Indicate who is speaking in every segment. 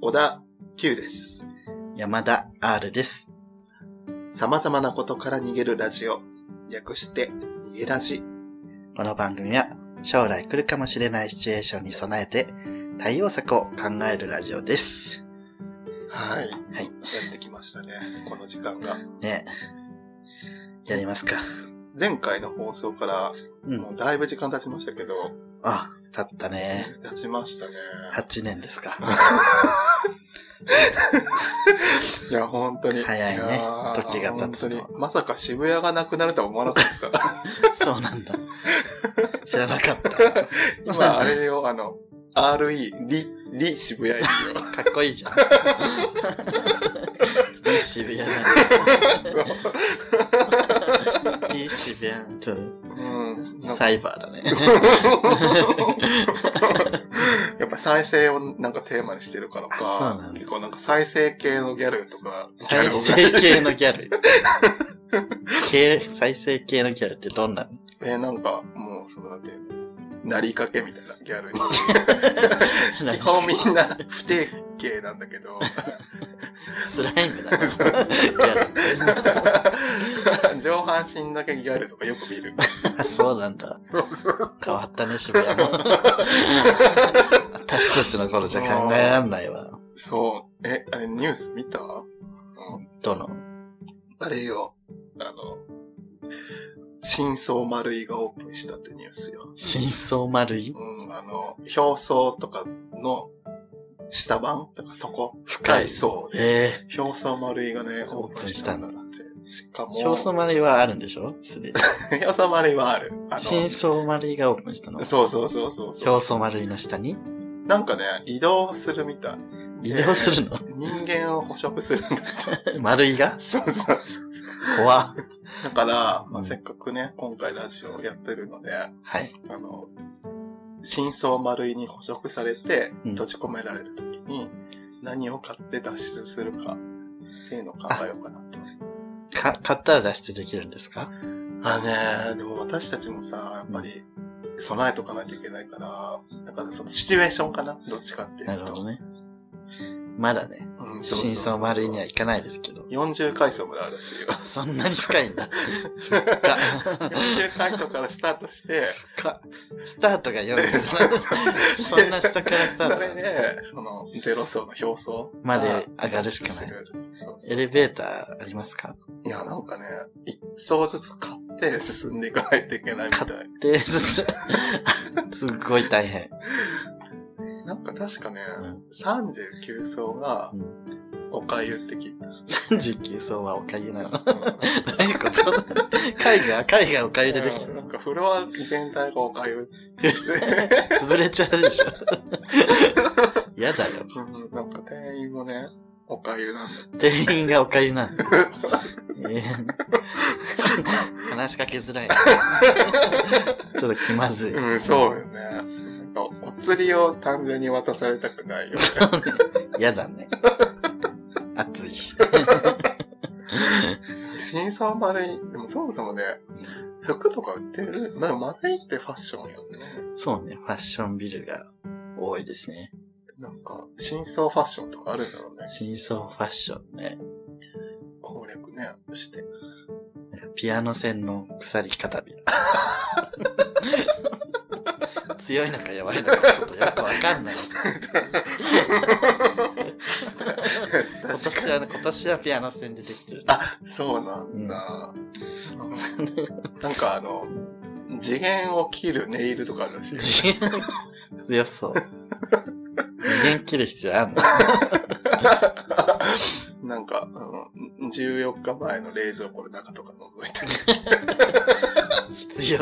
Speaker 1: 小田 Q です。
Speaker 2: 山田 R です。
Speaker 1: 様々なことから逃げるラジオ。略して、逃げラジ。
Speaker 2: この番組は将来来るかもしれないシチュエーションに備えて対応策を考えるラジオです。
Speaker 1: はい。
Speaker 2: はい。
Speaker 1: やってきましたね。この時間が。
Speaker 2: ねやりますか。
Speaker 1: 前回の放送から、
Speaker 2: う
Speaker 1: も
Speaker 2: ん。
Speaker 1: うだいぶ時間経ちましたけど、
Speaker 2: あ、経ったね。
Speaker 1: 経ちましたね。
Speaker 2: 8年ですか。
Speaker 1: いや、本当に。
Speaker 2: 早いね
Speaker 1: やー
Speaker 2: 時が経つと
Speaker 1: 本当に。まさか渋谷がなくなるとは思わなか った。
Speaker 2: そうなんだ。知らなかった。
Speaker 1: 今、あれよ、あの、RE、リ、リ渋谷駅よ。
Speaker 2: かっこいいじゃん。いい渋谷だね。 いい渋谷。ちょっ
Speaker 1: うん。
Speaker 2: と、
Speaker 1: なんか
Speaker 2: サイバーだね。
Speaker 1: やっぱ再生をなんかテーマにしてるから
Speaker 2: あそ
Speaker 1: か
Speaker 2: うなん、だ
Speaker 1: 結構なんか再生系のギャルとか、
Speaker 2: 再生系のギャル。 系再生系のギャルってどんなの
Speaker 1: えー、なんかもう、そのなんていうの、なりかけみたいなギャルに。基本みんな不定形なんだけ ど、
Speaker 2: スライムだ な。
Speaker 1: そうそう
Speaker 2: ギャル
Speaker 1: 上半身だけギャルとかよく見る。
Speaker 2: あそうなんだ。
Speaker 1: そうそう。
Speaker 2: 変わったね、渋谷 も。私たちの頃じゃ考えらんないわ。
Speaker 1: そう。え、あれニュース見た
Speaker 2: どの
Speaker 1: あれよ。あの、真相丸井がオープンしたってニュースよ。
Speaker 2: 真相丸い
Speaker 1: うん、あの、表層とかの下版とかそこ、深い層で、
Speaker 2: え
Speaker 1: 表層丸いがね、
Speaker 2: オ
Speaker 1: オ
Speaker 2: ー
Speaker 1: ー
Speaker 2: プ
Speaker 1: プ
Speaker 2: ン
Speaker 1: ン
Speaker 2: し
Speaker 1: したた
Speaker 2: ん
Speaker 1: ん
Speaker 2: だ
Speaker 1: だって。しかも、
Speaker 2: ー、表層丸いはあるんでしょすでに。
Speaker 1: 表層丸いはある。あの、
Speaker 2: 真
Speaker 1: そ
Speaker 2: 相丸いがオープンしたの
Speaker 1: うそうそうそうそう
Speaker 2: 表層丸いの下に
Speaker 1: なんかね、移動するみたい。
Speaker 2: 移動するの、
Speaker 1: で人間を捕食するんだって。
Speaker 2: 丸いが
Speaker 1: そうそうそう。
Speaker 2: 怖っ
Speaker 1: だから、ま
Speaker 2: うん
Speaker 1: あ、せっかくね、今回ラジオやってるので、あ
Speaker 2: はい。
Speaker 1: の、真相丸いに捕食されて、
Speaker 2: うん
Speaker 1: 閉じ込められた時に、何を買って脱出するかっていうのを考えようかなと。
Speaker 2: か、買ったら脱出できるんですか
Speaker 1: あねでも私たちもさ、やっぱり、備えとかないといけないから、だからそのシチュエーションかなどっちかっていうと。
Speaker 2: なるほどね。まだね、
Speaker 1: うんそうそうそう
Speaker 2: 真相丸いにはいかないですけど。
Speaker 1: 40階層まであるらしい よ。
Speaker 2: そんなに深いんだ。
Speaker 1: 40階層からスタートして、
Speaker 2: か、スタートが40。そんな下からスター
Speaker 1: それ
Speaker 2: ト、
Speaker 1: で、その、ゼロ層の表層。
Speaker 2: まで上がるしかない
Speaker 1: そうそ
Speaker 2: エ
Speaker 1: う
Speaker 2: レベーターありますか
Speaker 1: いや、なんかね、一層ずつ買って進んでいかないといけないみたい。
Speaker 2: で、すすっごい大変。
Speaker 1: なんか確かね、
Speaker 2: うん
Speaker 1: 39層が
Speaker 2: う、
Speaker 1: おかゆって聞いた。
Speaker 2: 39層はおかゆな の。どういうこと貝が、貝がおかゆでできた
Speaker 1: な
Speaker 2: の
Speaker 1: ん。かフロア全体がおかゆ。
Speaker 2: 潰れちゃうでしょ。やだよ。
Speaker 1: うんなんか店員もね、おかゆなんだ。
Speaker 2: 店員がおかゆなの。えー話しかけづらい。ちょっと気まずい。
Speaker 1: うん、そうよね。なんかお釣りを単純に渡されたく ないよね。
Speaker 2: やだね。暑いし。
Speaker 1: 新さん丸い、でもそもそもね、服とか売ってる、まあ、丸いってファッションよね。
Speaker 2: そうね、ファッションビルが多いですね。
Speaker 1: なんか、新装ファッションとかあるんだろうね。
Speaker 2: 真相ファッションね。
Speaker 1: 攻略ね、 して。
Speaker 2: なんかピアノ線の鎖片び。強いのか弱いのかちょっとよくわかんない。
Speaker 1: 確かに。
Speaker 2: 今年はね、今年はピアノ線でできてる。
Speaker 1: あ、そうなんだ。なんかあの、次元を切るネイルとかあるらしいよ。
Speaker 2: 次元強そう。次元切る必要あんの
Speaker 1: なんか、あの、14日前の冷蔵庫の中とか覗いてる。
Speaker 2: 必要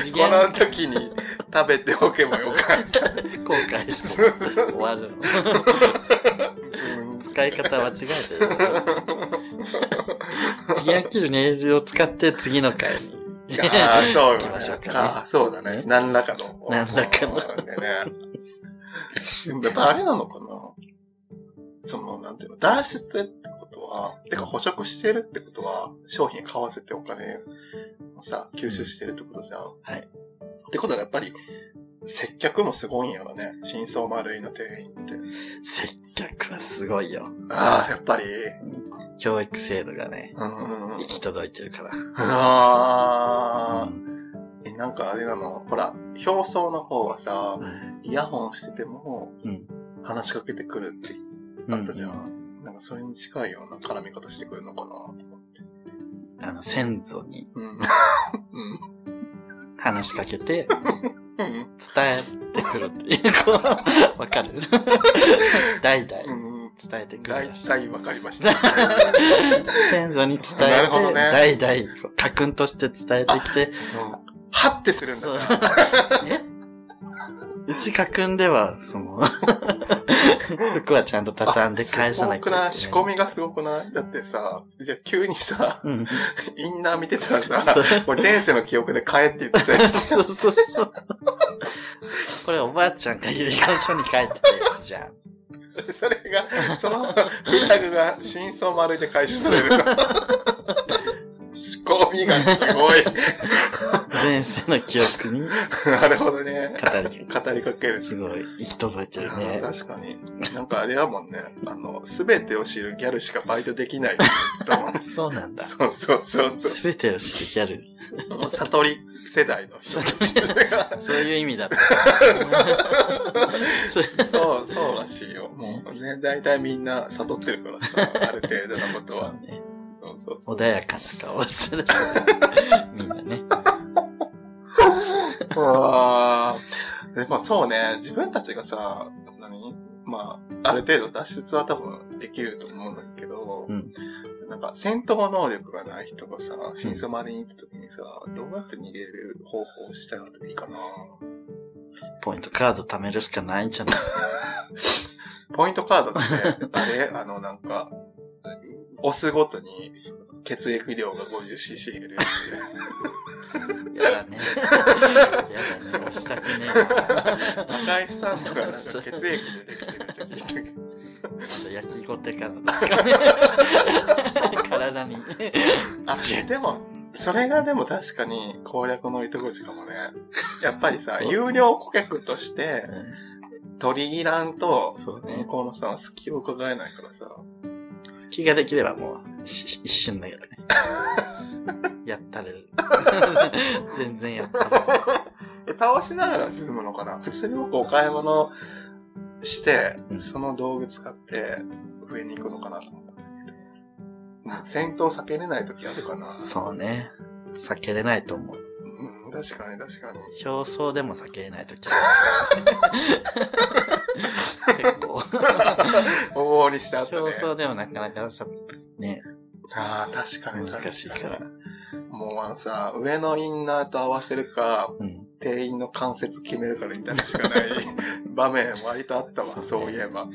Speaker 2: 次
Speaker 1: こ
Speaker 2: 元
Speaker 1: の時に食べておけばよかった。
Speaker 2: 後悔して終わるの。使い方間違えてる。次元切るネイルを使って次の回に。
Speaker 1: ああ、そうよ
Speaker 2: 行きましょうかね
Speaker 1: ああそうだね
Speaker 2: ね。
Speaker 1: 何らかの。
Speaker 2: 何らかの
Speaker 1: でね。やっぱあれなのかなその、なんていうの、脱出ってことは、てか捕食してるってことは、商品買わせてお金をさ、吸収してるってことじゃん。
Speaker 2: はい
Speaker 1: ってことはやっぱり、接客もすごいんやろね。真相丸いの店員って。
Speaker 2: 接客はすごいよ。
Speaker 1: ああ、やっぱり。
Speaker 2: 教育制度がね、
Speaker 1: うんうんうん
Speaker 2: 行。き届いてるから。
Speaker 1: ああ、えなんかあれなの、ほら、表層の方はさ、
Speaker 2: うん
Speaker 1: イヤホンしてても
Speaker 2: うん、
Speaker 1: 話しかけてくるってあったじゃん。なんかそれに近いような絡み方してくるのかなと思って。
Speaker 2: あの、先祖に
Speaker 1: うん。
Speaker 2: 話しかけて、
Speaker 1: うん。
Speaker 2: 伝えてくるっていう、こう、わ かる代々
Speaker 1: うん。
Speaker 2: 伝えてくる
Speaker 1: 大
Speaker 2: らしい。
Speaker 1: 体わかりました。
Speaker 2: 先祖に伝え
Speaker 1: なるほど
Speaker 2: て、
Speaker 1: ね
Speaker 2: 代々こう、家訓として伝えてきて、
Speaker 1: うんはってするんだな。
Speaker 2: そうえうち家訓では、その、 服はちゃんと畳んで返さなきゃいけな
Speaker 1: あ
Speaker 2: い。
Speaker 1: すごくない仕込みがすごくないだってさ、じゃあ急にさ、
Speaker 2: うん。
Speaker 1: インナー見てたら
Speaker 2: そう
Speaker 1: さ、これ前世の記憶で変えって言ってたやつ。
Speaker 2: そうそうそう。これおばあちゃんが遺言書に書いてたやつじゃん。
Speaker 1: それが、そのフラグが真相丸いで回収されるさ。仕込みがすごい。
Speaker 2: 前世の記憶に語
Speaker 1: なるほどね。
Speaker 2: りか
Speaker 1: 語りかける
Speaker 2: け。。すごい、行き届いてるね。
Speaker 1: 確かに。なんかあれだもんね。あの、すべてを知るギャルしかバイトできない。だもん
Speaker 2: そうなんだ。
Speaker 1: そうそうそうそう。
Speaker 2: すべてを知るギャル。
Speaker 1: 悟り世代の人たちが
Speaker 2: そういう意味 だった。そう
Speaker 1: そう、そうらしいよ。もうね、大体みんな悟ってるからさ、ある程度のこと
Speaker 2: そ
Speaker 1: は
Speaker 2: う。ね。
Speaker 1: そうそうそう。
Speaker 2: 穏やかな顔をしてるし、みんなね。
Speaker 1: あーでもそうね、自分たちがさ、何まあ、ある程度脱出は多分できると思うんだけど、
Speaker 2: うん
Speaker 1: なんか戦闘能力がない人がさ、真相周りに行った時にさ、どうやって逃げる方法をしたらいいかな
Speaker 2: ポイントカード貯めるしかないんじゃない
Speaker 1: ポイントカードって、 あれあの、なんか、押すごとに血液量が 50cc 減るやつで。
Speaker 2: やだね。やだね。押したくねえな。
Speaker 1: 赤いスタンプがなんか血液でできてるって聞いたけど。
Speaker 2: ちょっと焼きごてかな。体に。
Speaker 1: あ、でも、それがでも確かに攻略の糸口か もね。やっぱりさ、
Speaker 2: うん
Speaker 1: 有料顧客として取り入らんと、
Speaker 2: そう
Speaker 1: 向
Speaker 2: ね。
Speaker 1: こうのさ、隙を伺えないからさ。
Speaker 2: 隙ができればもう、し一瞬だけどね。やったれ る。全然やったれる。
Speaker 1: え倒しながら進むのかな普通に僕お買い物して、その道具使って上に行くのかなと思ったんだけど。うん戦闘避けれない時あるかな
Speaker 2: そうね。避けれないと思う。
Speaker 1: うん、確かに確かに。
Speaker 2: 表層でも避けれないときあるし。結構。
Speaker 1: 往々にしてあったね。
Speaker 2: 表層でもなかなかさ、ね、
Speaker 1: ああ、確かに確かに。
Speaker 2: 難しいから。
Speaker 1: もうあのさ、上のインナーと合わせるか、
Speaker 2: うん。
Speaker 1: 店員の関節決めるからみたいなし かない場面割とあったわ、
Speaker 2: そ
Speaker 1: そうう,、
Speaker 2: ね
Speaker 1: いえば。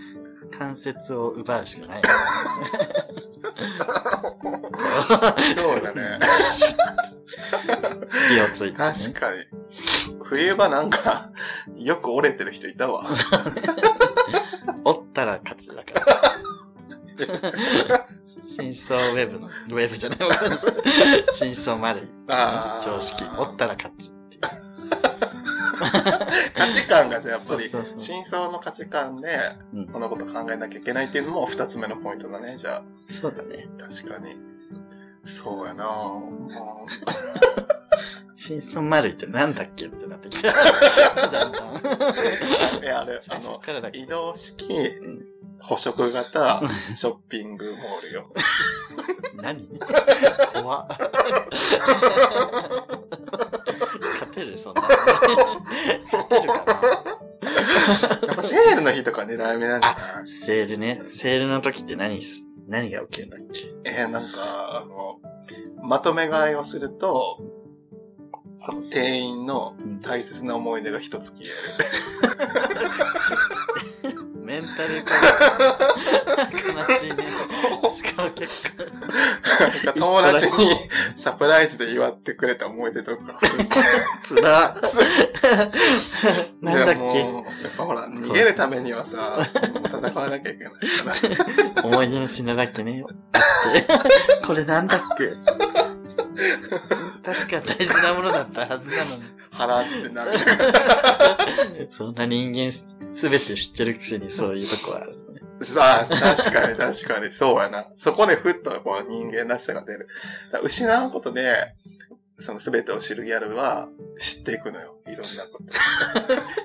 Speaker 2: 関節を奪うしかない。
Speaker 1: そうだね。
Speaker 2: 隙をついて、ね。
Speaker 1: 確かに。冬場なんか、よく折れてる人いたわ。
Speaker 2: 折ったら勝ちだから。真相ウェブの、ウェブじゃない、真相丸い。
Speaker 1: あー
Speaker 2: 常識。折ったら勝ちっていう。
Speaker 1: 価値観がじゃあやっぱり
Speaker 2: そうそうそ、う
Speaker 1: 真相の価値観で
Speaker 2: うん、
Speaker 1: 物事考えなきゃいけないっていうのも二つ目のポイントだね、じゃあ。
Speaker 2: そうだね。
Speaker 1: 確かに。そうやなぁ。もう
Speaker 2: 真相丸いってなんだっけってなって きた。だんだん。
Speaker 1: え、あれ、あ
Speaker 2: 最
Speaker 1: の
Speaker 2: 初、からだけ
Speaker 1: 移
Speaker 2: ど。
Speaker 1: 動式
Speaker 2: ん、
Speaker 1: 捕食 型、ショッピングモールよ。
Speaker 2: 何怖っ。勝てるそんなの。勝てるか
Speaker 1: やっぱセールの日とか狙い目なんじゃない
Speaker 2: なセールね。セールの時って何す、何が起きるんだっけ
Speaker 1: えーなんか、あの、まとめ買いをすると、その店員の大切な思い出が一つ消える。
Speaker 2: メンタルが悲しいね。しかも結構。
Speaker 1: なんか友達 にサプライズで祝ってくれた思い出とか。
Speaker 2: つら。 なんだっ
Speaker 1: いや
Speaker 2: け
Speaker 1: もうやっぱほら、逃げるためにはさ、戦わなきゃいけないから。
Speaker 2: 思い出の品だっけ ね。って。これなんだっけ確か大事なものだったはずなのに。
Speaker 1: 腹ってなる。
Speaker 2: そんな人間すべて知ってるくせにそういうとこはあるのね。
Speaker 1: さあ、確かに確かに、そうやな。そこでふっとこう人間らしさが出る。だから失うことで、その全てを知るギャルは知っていくのよ。いろんなこ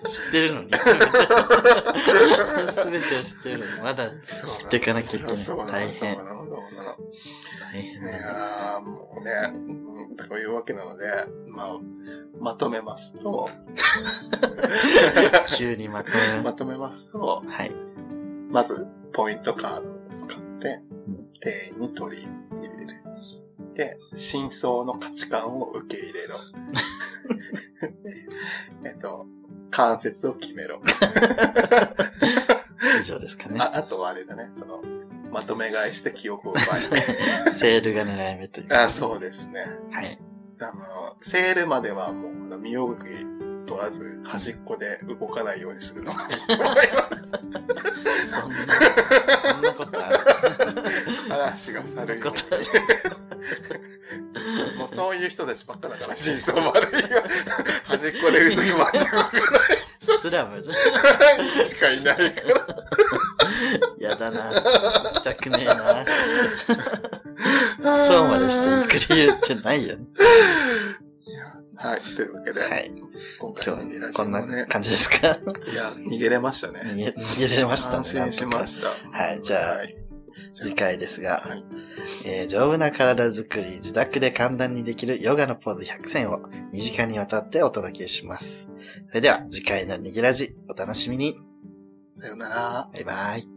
Speaker 1: と。
Speaker 2: 知ってるのに、すべて。すべてを知ってるのに、まだ 知っていかなきゃいけない
Speaker 1: そう
Speaker 2: 大変
Speaker 1: そうなの、そうなの。
Speaker 2: 大変
Speaker 1: い
Speaker 2: だな。
Speaker 1: やーもうね、うんというわけなので、まあ、まとめます と、
Speaker 2: 急にまとめ
Speaker 1: まとめますと、
Speaker 2: はい。
Speaker 1: まず、ポイントカードを使って
Speaker 2: ん、
Speaker 1: 店員に取り入れる。で、真相の価値観を受け入れろ。えっと、関節を決めろ。
Speaker 2: 以上ですかね。
Speaker 1: ああとはあれだね、その、まとめ買いして記憶を奪
Speaker 2: セールが狙い目という
Speaker 1: い。あそうですね。
Speaker 2: はい。
Speaker 1: あの、セールまではもう、あの身動き取らず、端っこで動かないようにするのがいいと思います。
Speaker 2: そんな、そんなことある。
Speaker 1: 嵐が去るよ
Speaker 2: そんなことあ
Speaker 1: うに。もうそういう人たちばっかだから、真相悪い よ。端っこでうずくまって動か
Speaker 2: るスラムじゃん。
Speaker 1: ない人しかいないから。
Speaker 2: やだな。行きたくねえな。そうまでしていく理由ってないよね。
Speaker 1: はい、というわけで、
Speaker 2: はい。
Speaker 1: 今回
Speaker 2: 今
Speaker 1: 逃げ
Speaker 2: 日
Speaker 1: ラ
Speaker 2: は
Speaker 1: ジ
Speaker 2: こ
Speaker 1: オ
Speaker 2: ん
Speaker 1: も
Speaker 2: な
Speaker 1: ね、
Speaker 2: 感じですか。
Speaker 1: いや、逃げれました
Speaker 2: 逃
Speaker 1: ね。
Speaker 2: げ逃げられましたね。
Speaker 1: 安心しました。
Speaker 2: はいじゃあ
Speaker 1: はい
Speaker 2: 次回ですが、
Speaker 1: はい
Speaker 2: えー丈夫な体づくり、自宅で簡単にできるヨガのポーズ100選を2時間にわたってお届けします。それでは次回の逃げラジ、お楽しみに。
Speaker 1: さよなら。
Speaker 2: バイバイ。